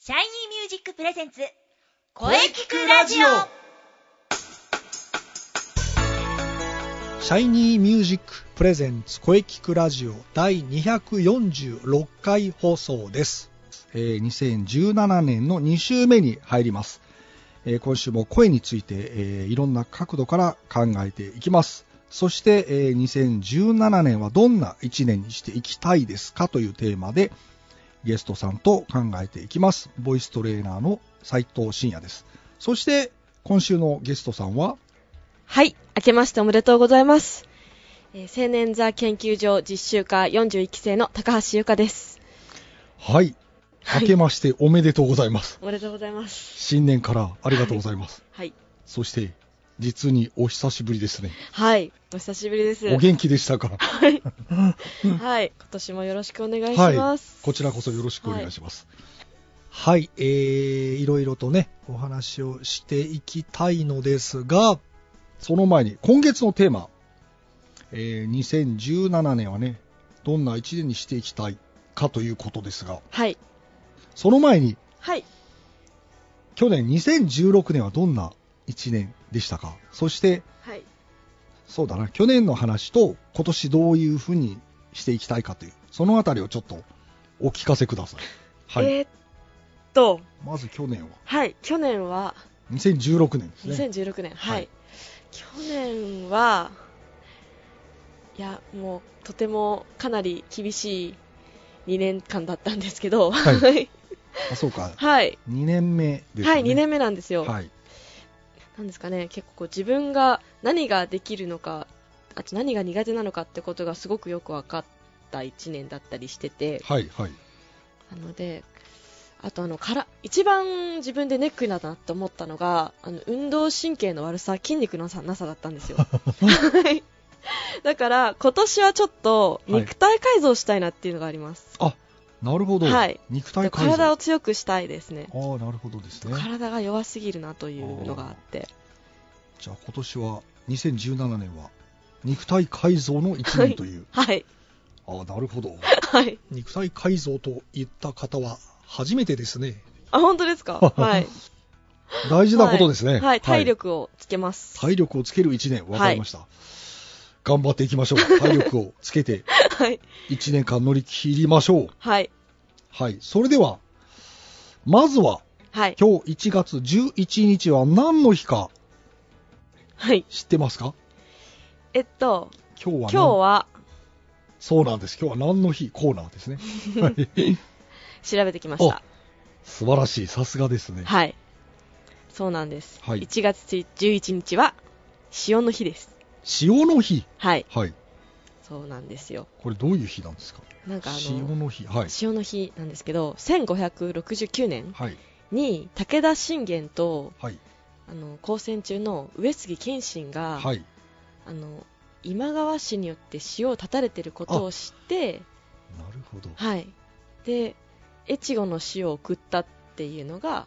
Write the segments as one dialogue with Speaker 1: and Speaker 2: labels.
Speaker 1: シャイニーミュージックプレゼンツ
Speaker 2: 声聞くラジオ
Speaker 3: シャイニーミュージックプレゼンツ声聞くラジオ第246回放送です。
Speaker 2: えー2017年の2週目に入ります、えー今週も声について、えーいろんな角度から考えていきますそして、えー2017年はどんな1年にしていきたいですかというテーマでゲストさんと考えていきますボイストレーナーの斉藤真也ですそして今週のゲストさんは
Speaker 4: はい、明けましておめでとうございます。えー青年座研究所実習科41期生の高橋優香です。
Speaker 2: はい
Speaker 4: はい
Speaker 2: 明けましておめでとうございます、
Speaker 4: おめでとうございます。
Speaker 2: 新年からありがとうございます、
Speaker 4: はい。
Speaker 2: そして実にお久しぶりですね
Speaker 4: はい。お久しぶりです。
Speaker 2: お元気でしたか
Speaker 4: はい。はい。今年もよろしくお願いします。
Speaker 2: こちらこそよろしくお願いします。
Speaker 3: はい、えー、いろいろとね、お話をしていきたいのですが、
Speaker 2: その前に、今月のテーマ、えー2017年はね、どんな1年にしていきたいかということですが、
Speaker 4: はい。
Speaker 2: その前に、
Speaker 4: はい。
Speaker 2: 去年2016年はどんな1年でしたかそして、
Speaker 4: はい。
Speaker 2: そうだな、去年の話と今年どういうふうにしていきたいかという、そのあたりをちょっとお聞かせください。はい。
Speaker 4: えーっと、
Speaker 2: まず去年は、
Speaker 4: はい。去年は、
Speaker 2: 2016年ですね。
Speaker 4: 2016年、はい、
Speaker 2: はい
Speaker 4: 去年はいやもうとてもかなり厳しい2年間だったんですけど
Speaker 2: は
Speaker 4: はいいはい、
Speaker 2: あ、そうか。
Speaker 4: はい
Speaker 2: 2年目ですね。
Speaker 4: 2年目なんですよ、
Speaker 2: はい。
Speaker 4: なんですかね結構こう自分が何ができるのかあと何が苦手なのかってことがすごくよく分かった1年だったりしてて
Speaker 2: はい、はい。
Speaker 4: なのであとあのから一番自分でネックだなと思ったのがあの運動神経の悪さ筋肉のさなさだったんですよ はいだから今年はちょっと
Speaker 2: はい
Speaker 4: 肉体改造したいなっていうのがあります、
Speaker 2: なるほど、
Speaker 4: はい
Speaker 2: 肉体改造
Speaker 4: 体を強くしたいですね
Speaker 2: ああなるほどですね
Speaker 4: 体が弱すぎるなというのがあって
Speaker 2: じゃあ今年は2017年は肉体改造の1年という、
Speaker 4: はい
Speaker 2: ああなるほど
Speaker 4: はい
Speaker 3: 肉体改造と言った方は初めてですね。
Speaker 4: あ本当で すかはい
Speaker 2: 大事なことですね
Speaker 4: はい、体力をつけます。
Speaker 2: 体力をつける1年わかりました、頑張っていきましょう体力をつけて
Speaker 4: はい、
Speaker 2: 1年間乗り切りましょう
Speaker 4: はい、
Speaker 2: はいそれではまずは
Speaker 4: はい、
Speaker 2: 今日1月11日は何の日か
Speaker 4: はい。
Speaker 2: 知ってますか
Speaker 4: えっと、
Speaker 2: 今日は
Speaker 4: 今
Speaker 2: 何
Speaker 4: 日は
Speaker 2: そうなんです今日は何の日コーナーですねはい
Speaker 4: 調べてきました。
Speaker 2: 素晴らしいさすがですね
Speaker 4: はい。そうなんです。
Speaker 2: はい
Speaker 4: 1月11日は、潮の日です。
Speaker 2: 潮の日
Speaker 4: はい。
Speaker 2: はい
Speaker 4: そうなんですよ。
Speaker 2: これどういう日なんですか
Speaker 4: なんかあの、
Speaker 2: 潮
Speaker 4: 潮
Speaker 2: の日はい
Speaker 4: の日なんですけど、1569年
Speaker 2: はい
Speaker 4: に武田信玄と、
Speaker 2: はい
Speaker 4: あの、交戦中の上杉謙信が、
Speaker 2: はい
Speaker 4: あの、今川氏によって潮を断たれていることを知って、
Speaker 2: なるほど
Speaker 4: はい。で、越後の死を送ったっていうのが、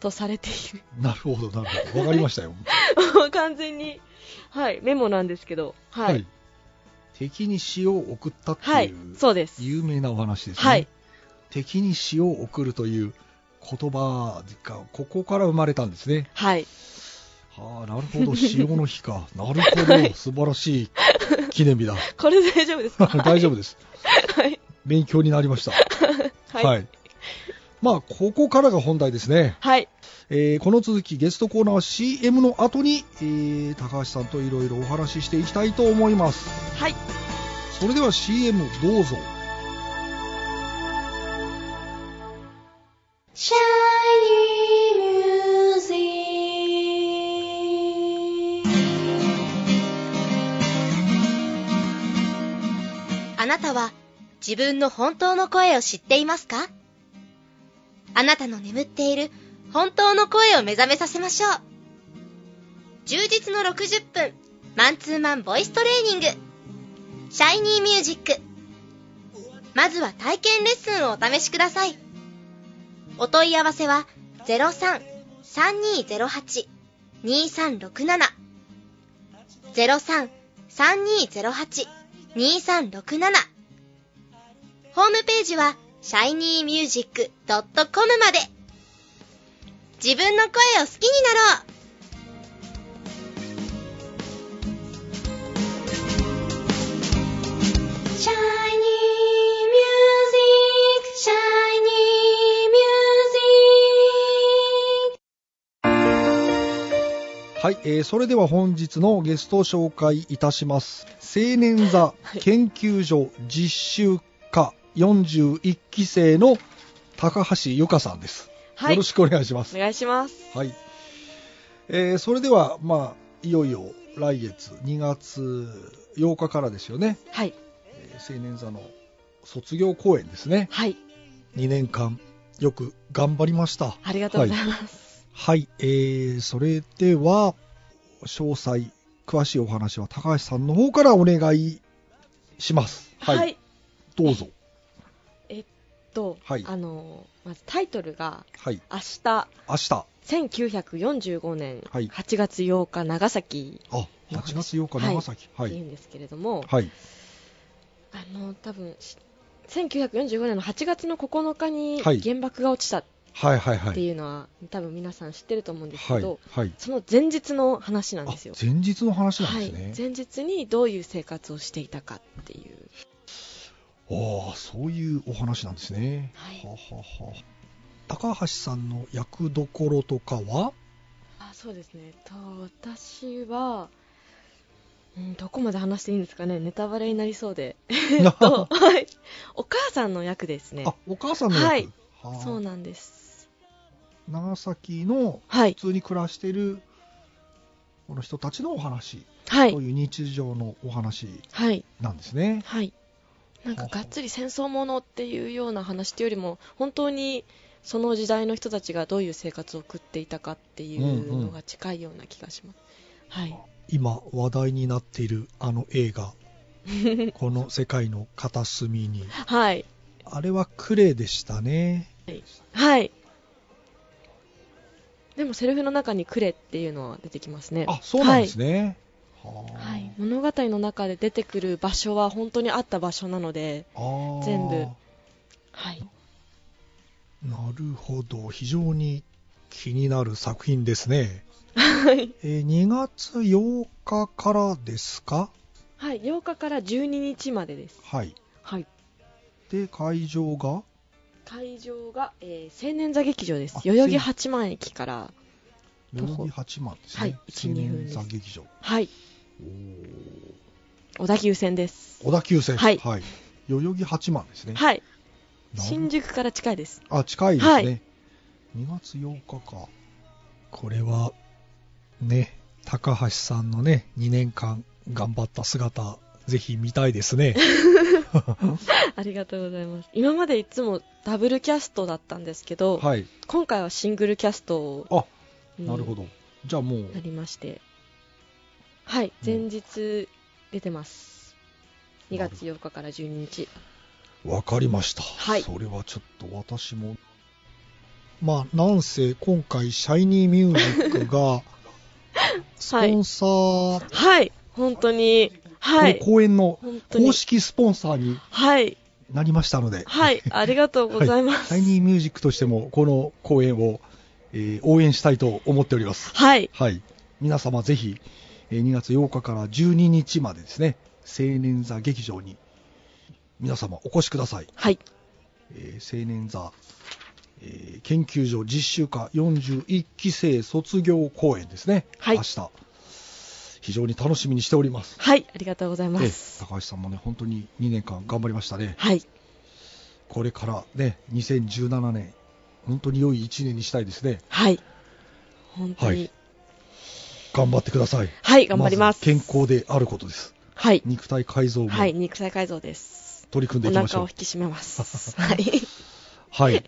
Speaker 4: とされている。
Speaker 2: なるほどなるほどわかりましたよ
Speaker 4: もう完全に、はい、メモなんですけど、 はい。はい、
Speaker 2: 敵に潮を送ったっていう
Speaker 4: そうです。
Speaker 2: 有名なお話ですね、
Speaker 4: はい、
Speaker 2: 敵に潮を送るという言葉がここから生まれたんですね
Speaker 4: はい、
Speaker 2: ああなるほど潮の日か なるほど素晴らしい記念日だ
Speaker 4: これで大丈夫ですか
Speaker 2: 大丈夫です
Speaker 4: はい、
Speaker 2: 勉強になりました
Speaker 4: はい、
Speaker 2: は
Speaker 4: はい、
Speaker 2: い。まあ、ここからが本題ですね。
Speaker 4: はい、
Speaker 2: えーこの続き、ゲストコーナーは CM の後に、えー高橋さんといろいろお話ししていきたいと思います。
Speaker 4: はい、
Speaker 2: それでは CM どうぞ。
Speaker 1: シャイニーミュージックあなたは自分の本当の声を知っていますかあなたの眠っている本当の声を目覚めさせましょう充実の60分マンツーマンボイストレーニングシャイニーミュージックまずは体験レッスンをお試しくださいお問い合わせは03-3208-2367 03-3208-2367ホームページは shinymusic.com まで自分の声を好きになろうシャイニーミュージック、シャイニーミュージック。
Speaker 2: はい、えーそれでは本日のゲストを紹介いたします青年座研究所実習科41期生の高橋由香さんです、
Speaker 4: はい
Speaker 2: よろしくお願いします
Speaker 4: お願いします。
Speaker 2: はい、えーそれではまあいよいよ来月2月8日からですよね、
Speaker 4: はい。
Speaker 2: えー青年座の卒業公演ですね
Speaker 4: はい。
Speaker 2: 2年間よく頑張りました
Speaker 4: ありがとうございます。
Speaker 2: はい、えー、それでは、詳細、詳しいお話は高橋さんの方からお願いします。はい、
Speaker 4: はい
Speaker 2: どうぞ。
Speaker 4: と、
Speaker 2: はい
Speaker 4: あのまずタイトルが
Speaker 2: はい、
Speaker 4: 明日
Speaker 2: 明日、あ、
Speaker 4: 1945年
Speaker 2: はい
Speaker 4: 8月8日長崎
Speaker 2: 8月8日、
Speaker 4: はい
Speaker 2: 長崎。
Speaker 4: っ
Speaker 2: は
Speaker 4: てい
Speaker 2: い、
Speaker 4: うんですけれども、
Speaker 2: はい、
Speaker 4: あの多分し1945年の8月の9日に
Speaker 2: はい
Speaker 4: 原爆が落ちたっ
Speaker 2: はい、はい、は
Speaker 4: て
Speaker 2: い。
Speaker 4: いうのは、多分皆さん知ってると思うんです
Speaker 2: は
Speaker 4: け
Speaker 2: い
Speaker 4: ど、、
Speaker 2: はい。
Speaker 4: その前日の話なん
Speaker 2: あ
Speaker 4: ですよ。
Speaker 2: 前日の話なん
Speaker 4: は
Speaker 2: で
Speaker 4: い
Speaker 2: すね。、
Speaker 4: 前日にどういう生活をしていたかっていう、
Speaker 2: ああ、そういうお話なんですね。
Speaker 4: はい
Speaker 2: ははは
Speaker 3: 高橋さんの役どころとかは
Speaker 4: あそうですねと私は、うん、どこまで話していいんですかねネタバレになりそうで と、はい、お母さんの役ですね
Speaker 2: あ、お母さんの役。
Speaker 4: はい
Speaker 2: はあ
Speaker 4: そうなんです
Speaker 2: 長崎の
Speaker 4: は
Speaker 2: 普
Speaker 4: い
Speaker 2: 通に暮らしているこの人たちのお話。
Speaker 4: はい
Speaker 2: そういう日常のお話
Speaker 4: はい
Speaker 2: なんですね。
Speaker 4: はいなんかがっつり戦争ものっていうような話というよりも本当にその時代の人たちがどういう生活を送っていたかっていうのが近いような気がします、はい
Speaker 3: 今話題になっているあの映 画この世界の片隅に
Speaker 4: はい
Speaker 3: あれはクレイでしたね
Speaker 4: はいでもセリフの中に「くれ」っていうのは出てきますね
Speaker 2: あ、そうなんですね。
Speaker 4: はい、物語の中で出てくる場所は本当にあった場所なので、
Speaker 2: はあ
Speaker 4: 全部はい、
Speaker 3: なるほど非常に気になる作品ですね、えー2月8日からですか
Speaker 4: はい、8日から12日までです、
Speaker 2: はい。
Speaker 4: はい、
Speaker 2: で、会場が、
Speaker 4: 会場が、えー青年座劇場です
Speaker 2: あ
Speaker 4: 代々木八幡駅から、
Speaker 2: 代
Speaker 4: 徒歩
Speaker 2: 々木八幡ですね。
Speaker 4: はい1
Speaker 2: 青
Speaker 4: 2分
Speaker 2: 年
Speaker 4: です
Speaker 2: 座劇場。
Speaker 4: はい、小田急線です、
Speaker 2: 小田急線。
Speaker 4: はい
Speaker 2: 代々木八幡ですね。
Speaker 4: はい、
Speaker 2: なる
Speaker 4: 新宿から近いです
Speaker 2: あ、近いですね。
Speaker 4: はい
Speaker 2: 2月8日か。
Speaker 3: これはね高橋さんのね2年間頑張った姿ぜひ見たいですね
Speaker 4: ありがとうございます今までいつもダブルキャストだったんですけど、
Speaker 2: はい。
Speaker 4: 今回はシングルキャストを
Speaker 2: あ、
Speaker 4: うん
Speaker 2: なるほど。じゃあもう
Speaker 4: な、りましてはい前日出てます2月8日から12日
Speaker 2: わかりました。
Speaker 4: はい
Speaker 2: それはちょっと私も、
Speaker 3: まあなんせ今回シャイニーミュージック がスポンサー、
Speaker 4: はい本当に
Speaker 2: こ
Speaker 4: はい
Speaker 2: の公演の
Speaker 4: 本当に
Speaker 2: 公式スポンサーに
Speaker 4: はい
Speaker 2: なりましたので、
Speaker 4: はいありがとうございます
Speaker 2: シャイニーミュージックとしても、この公演を、えー応援したいと思っております。
Speaker 4: はい
Speaker 2: はい。皆様ぜひ、えー2月8日から12日までですね、青年座劇場に皆様お越しください。
Speaker 4: はい
Speaker 2: えー青年座、えー研究所実習科41期生卒業公演ですね。
Speaker 4: はい
Speaker 2: 明日。非常に楽しみにしております。
Speaker 4: はいありがとうございま
Speaker 2: えー
Speaker 4: す
Speaker 2: 高橋さんもね、本当に2年間頑張りましたね。
Speaker 4: はい
Speaker 2: これからね、2017年、本当に良い1年にしたいですね。
Speaker 4: はい本当
Speaker 2: はい
Speaker 4: に
Speaker 2: 頑張ってください。
Speaker 4: はい頑張ります
Speaker 2: ず健康であることです。
Speaker 4: はい
Speaker 2: 肉体改造も
Speaker 4: はい肉体改造です
Speaker 2: 取り組んで
Speaker 4: お
Speaker 2: いきまし
Speaker 4: 腹
Speaker 2: ょ
Speaker 4: を
Speaker 2: う
Speaker 4: 引。き締めます はい
Speaker 2: はい。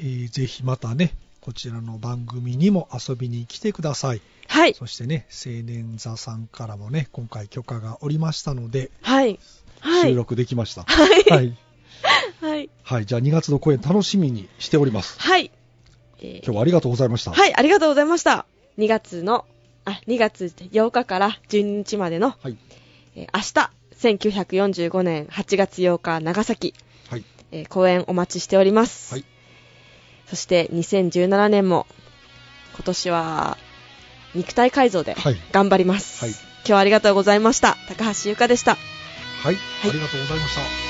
Speaker 3: えーぜひまたねこちらの番組にも遊びに来てください
Speaker 4: はい
Speaker 3: そしてね青年座さんからもね今回許可がおりましたので
Speaker 4: はいは
Speaker 2: 収
Speaker 4: い
Speaker 2: 録できました。はい。はい。
Speaker 4: はい
Speaker 2: じゃあ2月の公演楽しみにしております。
Speaker 4: はいえー
Speaker 2: 今日はありがとうございました。
Speaker 4: はい、ありがとうございました。2月の、あ、2月8日から12日までの、
Speaker 2: はい。
Speaker 4: えー明日、1945年8月8日、長崎、
Speaker 2: はい。
Speaker 4: えー講演お待ちしております。
Speaker 2: はい
Speaker 4: そして2017年も今年は肉体改造で
Speaker 2: はい。
Speaker 4: 頑張ります。
Speaker 2: はい
Speaker 4: 今日はありがとうございました。高橋優香でした。
Speaker 2: はい。ありがとうございました。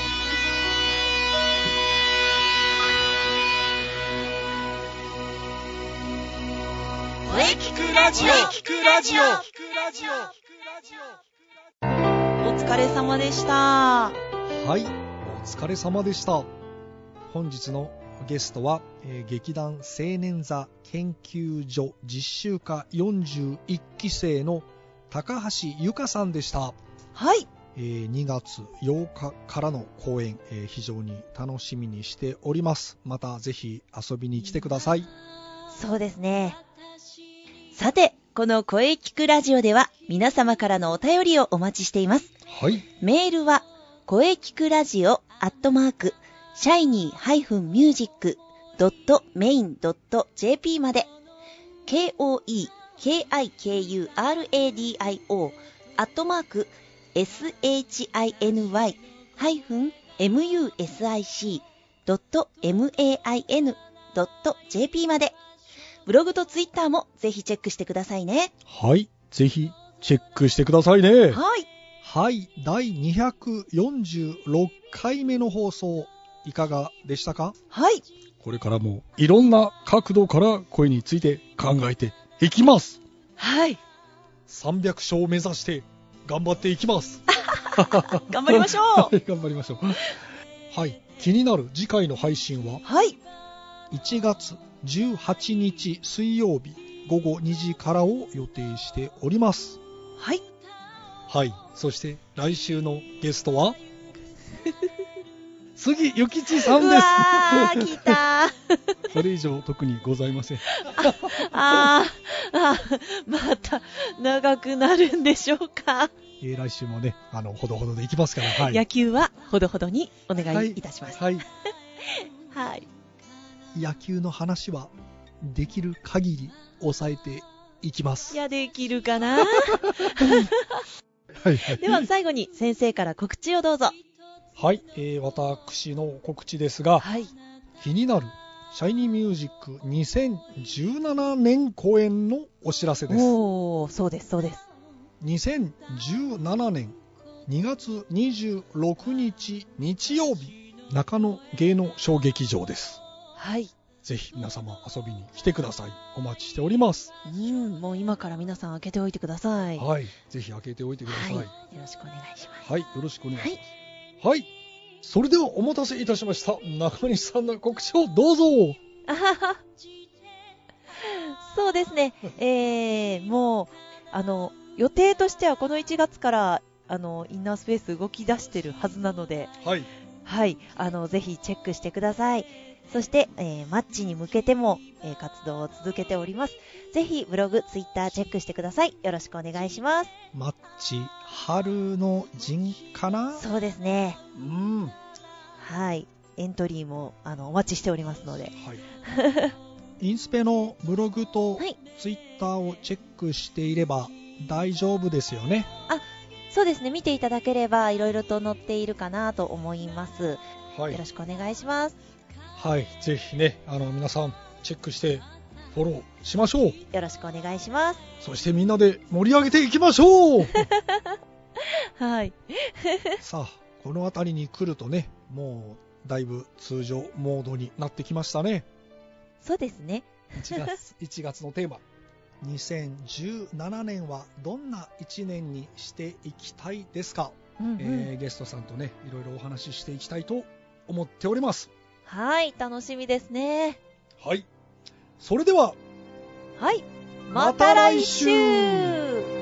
Speaker 1: 声聞くラジオ
Speaker 5: お疲れ様でした。
Speaker 2: はい、お疲れ様でした。本日のゲストは、えー劇団青年座研究所実習科41期生の高橋由香さんでした。
Speaker 5: はい。
Speaker 2: えー2月8日からの公演、えー非常に楽しみにしております。またぜひ遊びに来てください。
Speaker 5: そうですね。さて、この声聞くラジオでは皆様からのお便りをお待ちしています。
Speaker 2: はい、
Speaker 5: メールは、声聞くラジオアットマーク、シャイニー -music.main.jp まで、k-o-e-k-i-k-u-r-a-d-i-o アットマーク、shiny-music.main.jp まで、ブログとツイッターもぜひチェックしてくださいね。
Speaker 2: はい、ぜひチェックしてくださいね。
Speaker 5: はい。
Speaker 2: はい、第246回目の放送、いかがでしたか
Speaker 5: はい。
Speaker 2: これからもいろんな角度から声について考えていきます
Speaker 4: はい。
Speaker 2: 300勝を目指して頑張っていきます
Speaker 5: 頑張りま しょう。
Speaker 2: 頑張りましょう はい気になる次回の配信は
Speaker 5: はい。
Speaker 2: 1月18日水曜日午後2時からを予定しております
Speaker 5: はい。
Speaker 2: はいそして来週のゲスト は杉ゆきちさん
Speaker 5: う
Speaker 2: で
Speaker 5: わ
Speaker 2: す
Speaker 5: ー、来たー。
Speaker 2: それ以上特にございません
Speaker 5: あーあー、また長くなるんでしょうか。
Speaker 2: えー来週もねあのほどほどでいきますからはい
Speaker 5: 野球はほどほどにお願いいたします。
Speaker 2: はい、
Speaker 5: はい。
Speaker 2: 野球の話はできる限り抑えていきます
Speaker 5: いや、できるかな
Speaker 2: はいはい
Speaker 5: では最後に先生から告知をどうぞ。
Speaker 2: はい、えー私の告知ですが
Speaker 5: はい。
Speaker 2: 気になるシャイニーミュージック2017年公演のお知らせです
Speaker 5: おー、そうです、そうです。
Speaker 2: 2017年2月26日日曜日中野芸能小劇場です
Speaker 5: はい。
Speaker 2: ぜひ皆様遊びに来てくださいお待ちしております
Speaker 5: うん、もう今から皆さん開けておいてください。は
Speaker 2: はい、ぜひ開けておいてくださ
Speaker 5: い。
Speaker 2: い
Speaker 5: よろしくお願いします。
Speaker 2: はい、よろしくお願いします。はい。それではお待たせいたしました。中西さんの告知をどうぞ。
Speaker 5: あはは そうですね、えー、もう、あの、予定としてはこの1月から、あの、インナースペース動き出してるはずなので、
Speaker 2: はい。
Speaker 5: はい、あの、ぜひチェックしてください。そして、えーマッチに向けても、えー活動を続けております。ぜひ、ブログ、ツイッターチェックしてください。よろしくお願いします。
Speaker 2: マッチ、春の陣かな
Speaker 5: そうですね、
Speaker 2: うん。は
Speaker 5: はい、エントリーも、あの、お待ちしておりますので。
Speaker 2: い。インスペのブログと
Speaker 5: はい
Speaker 2: ツイッターをチェックしていれば大丈夫ですよね。
Speaker 5: そうですね、見ていただければ、いろいろと載っているかなと思います。
Speaker 2: は
Speaker 5: よろ。しくお願いします。
Speaker 2: はい。ぜひね、あの、皆さんチェックしてフォローしましょう。
Speaker 5: よろしくお願いします。
Speaker 2: そしてみんなで盛り上げていきましょう
Speaker 5: はい。
Speaker 2: さあこの辺りに来るとねもうだいぶ通常モードになってきましたね
Speaker 5: そうですね。
Speaker 2: 1月1月のテーマ2017年はどんな1年にしていきたいですか、
Speaker 5: うんうん
Speaker 2: えーゲストさんとねいろいろお話ししていきたいと思っております
Speaker 5: はい、楽しみですね。
Speaker 2: はいそれでは
Speaker 5: はい。
Speaker 2: ま
Speaker 5: ま
Speaker 2: た
Speaker 5: た
Speaker 2: 来
Speaker 5: 来
Speaker 2: 週
Speaker 5: 週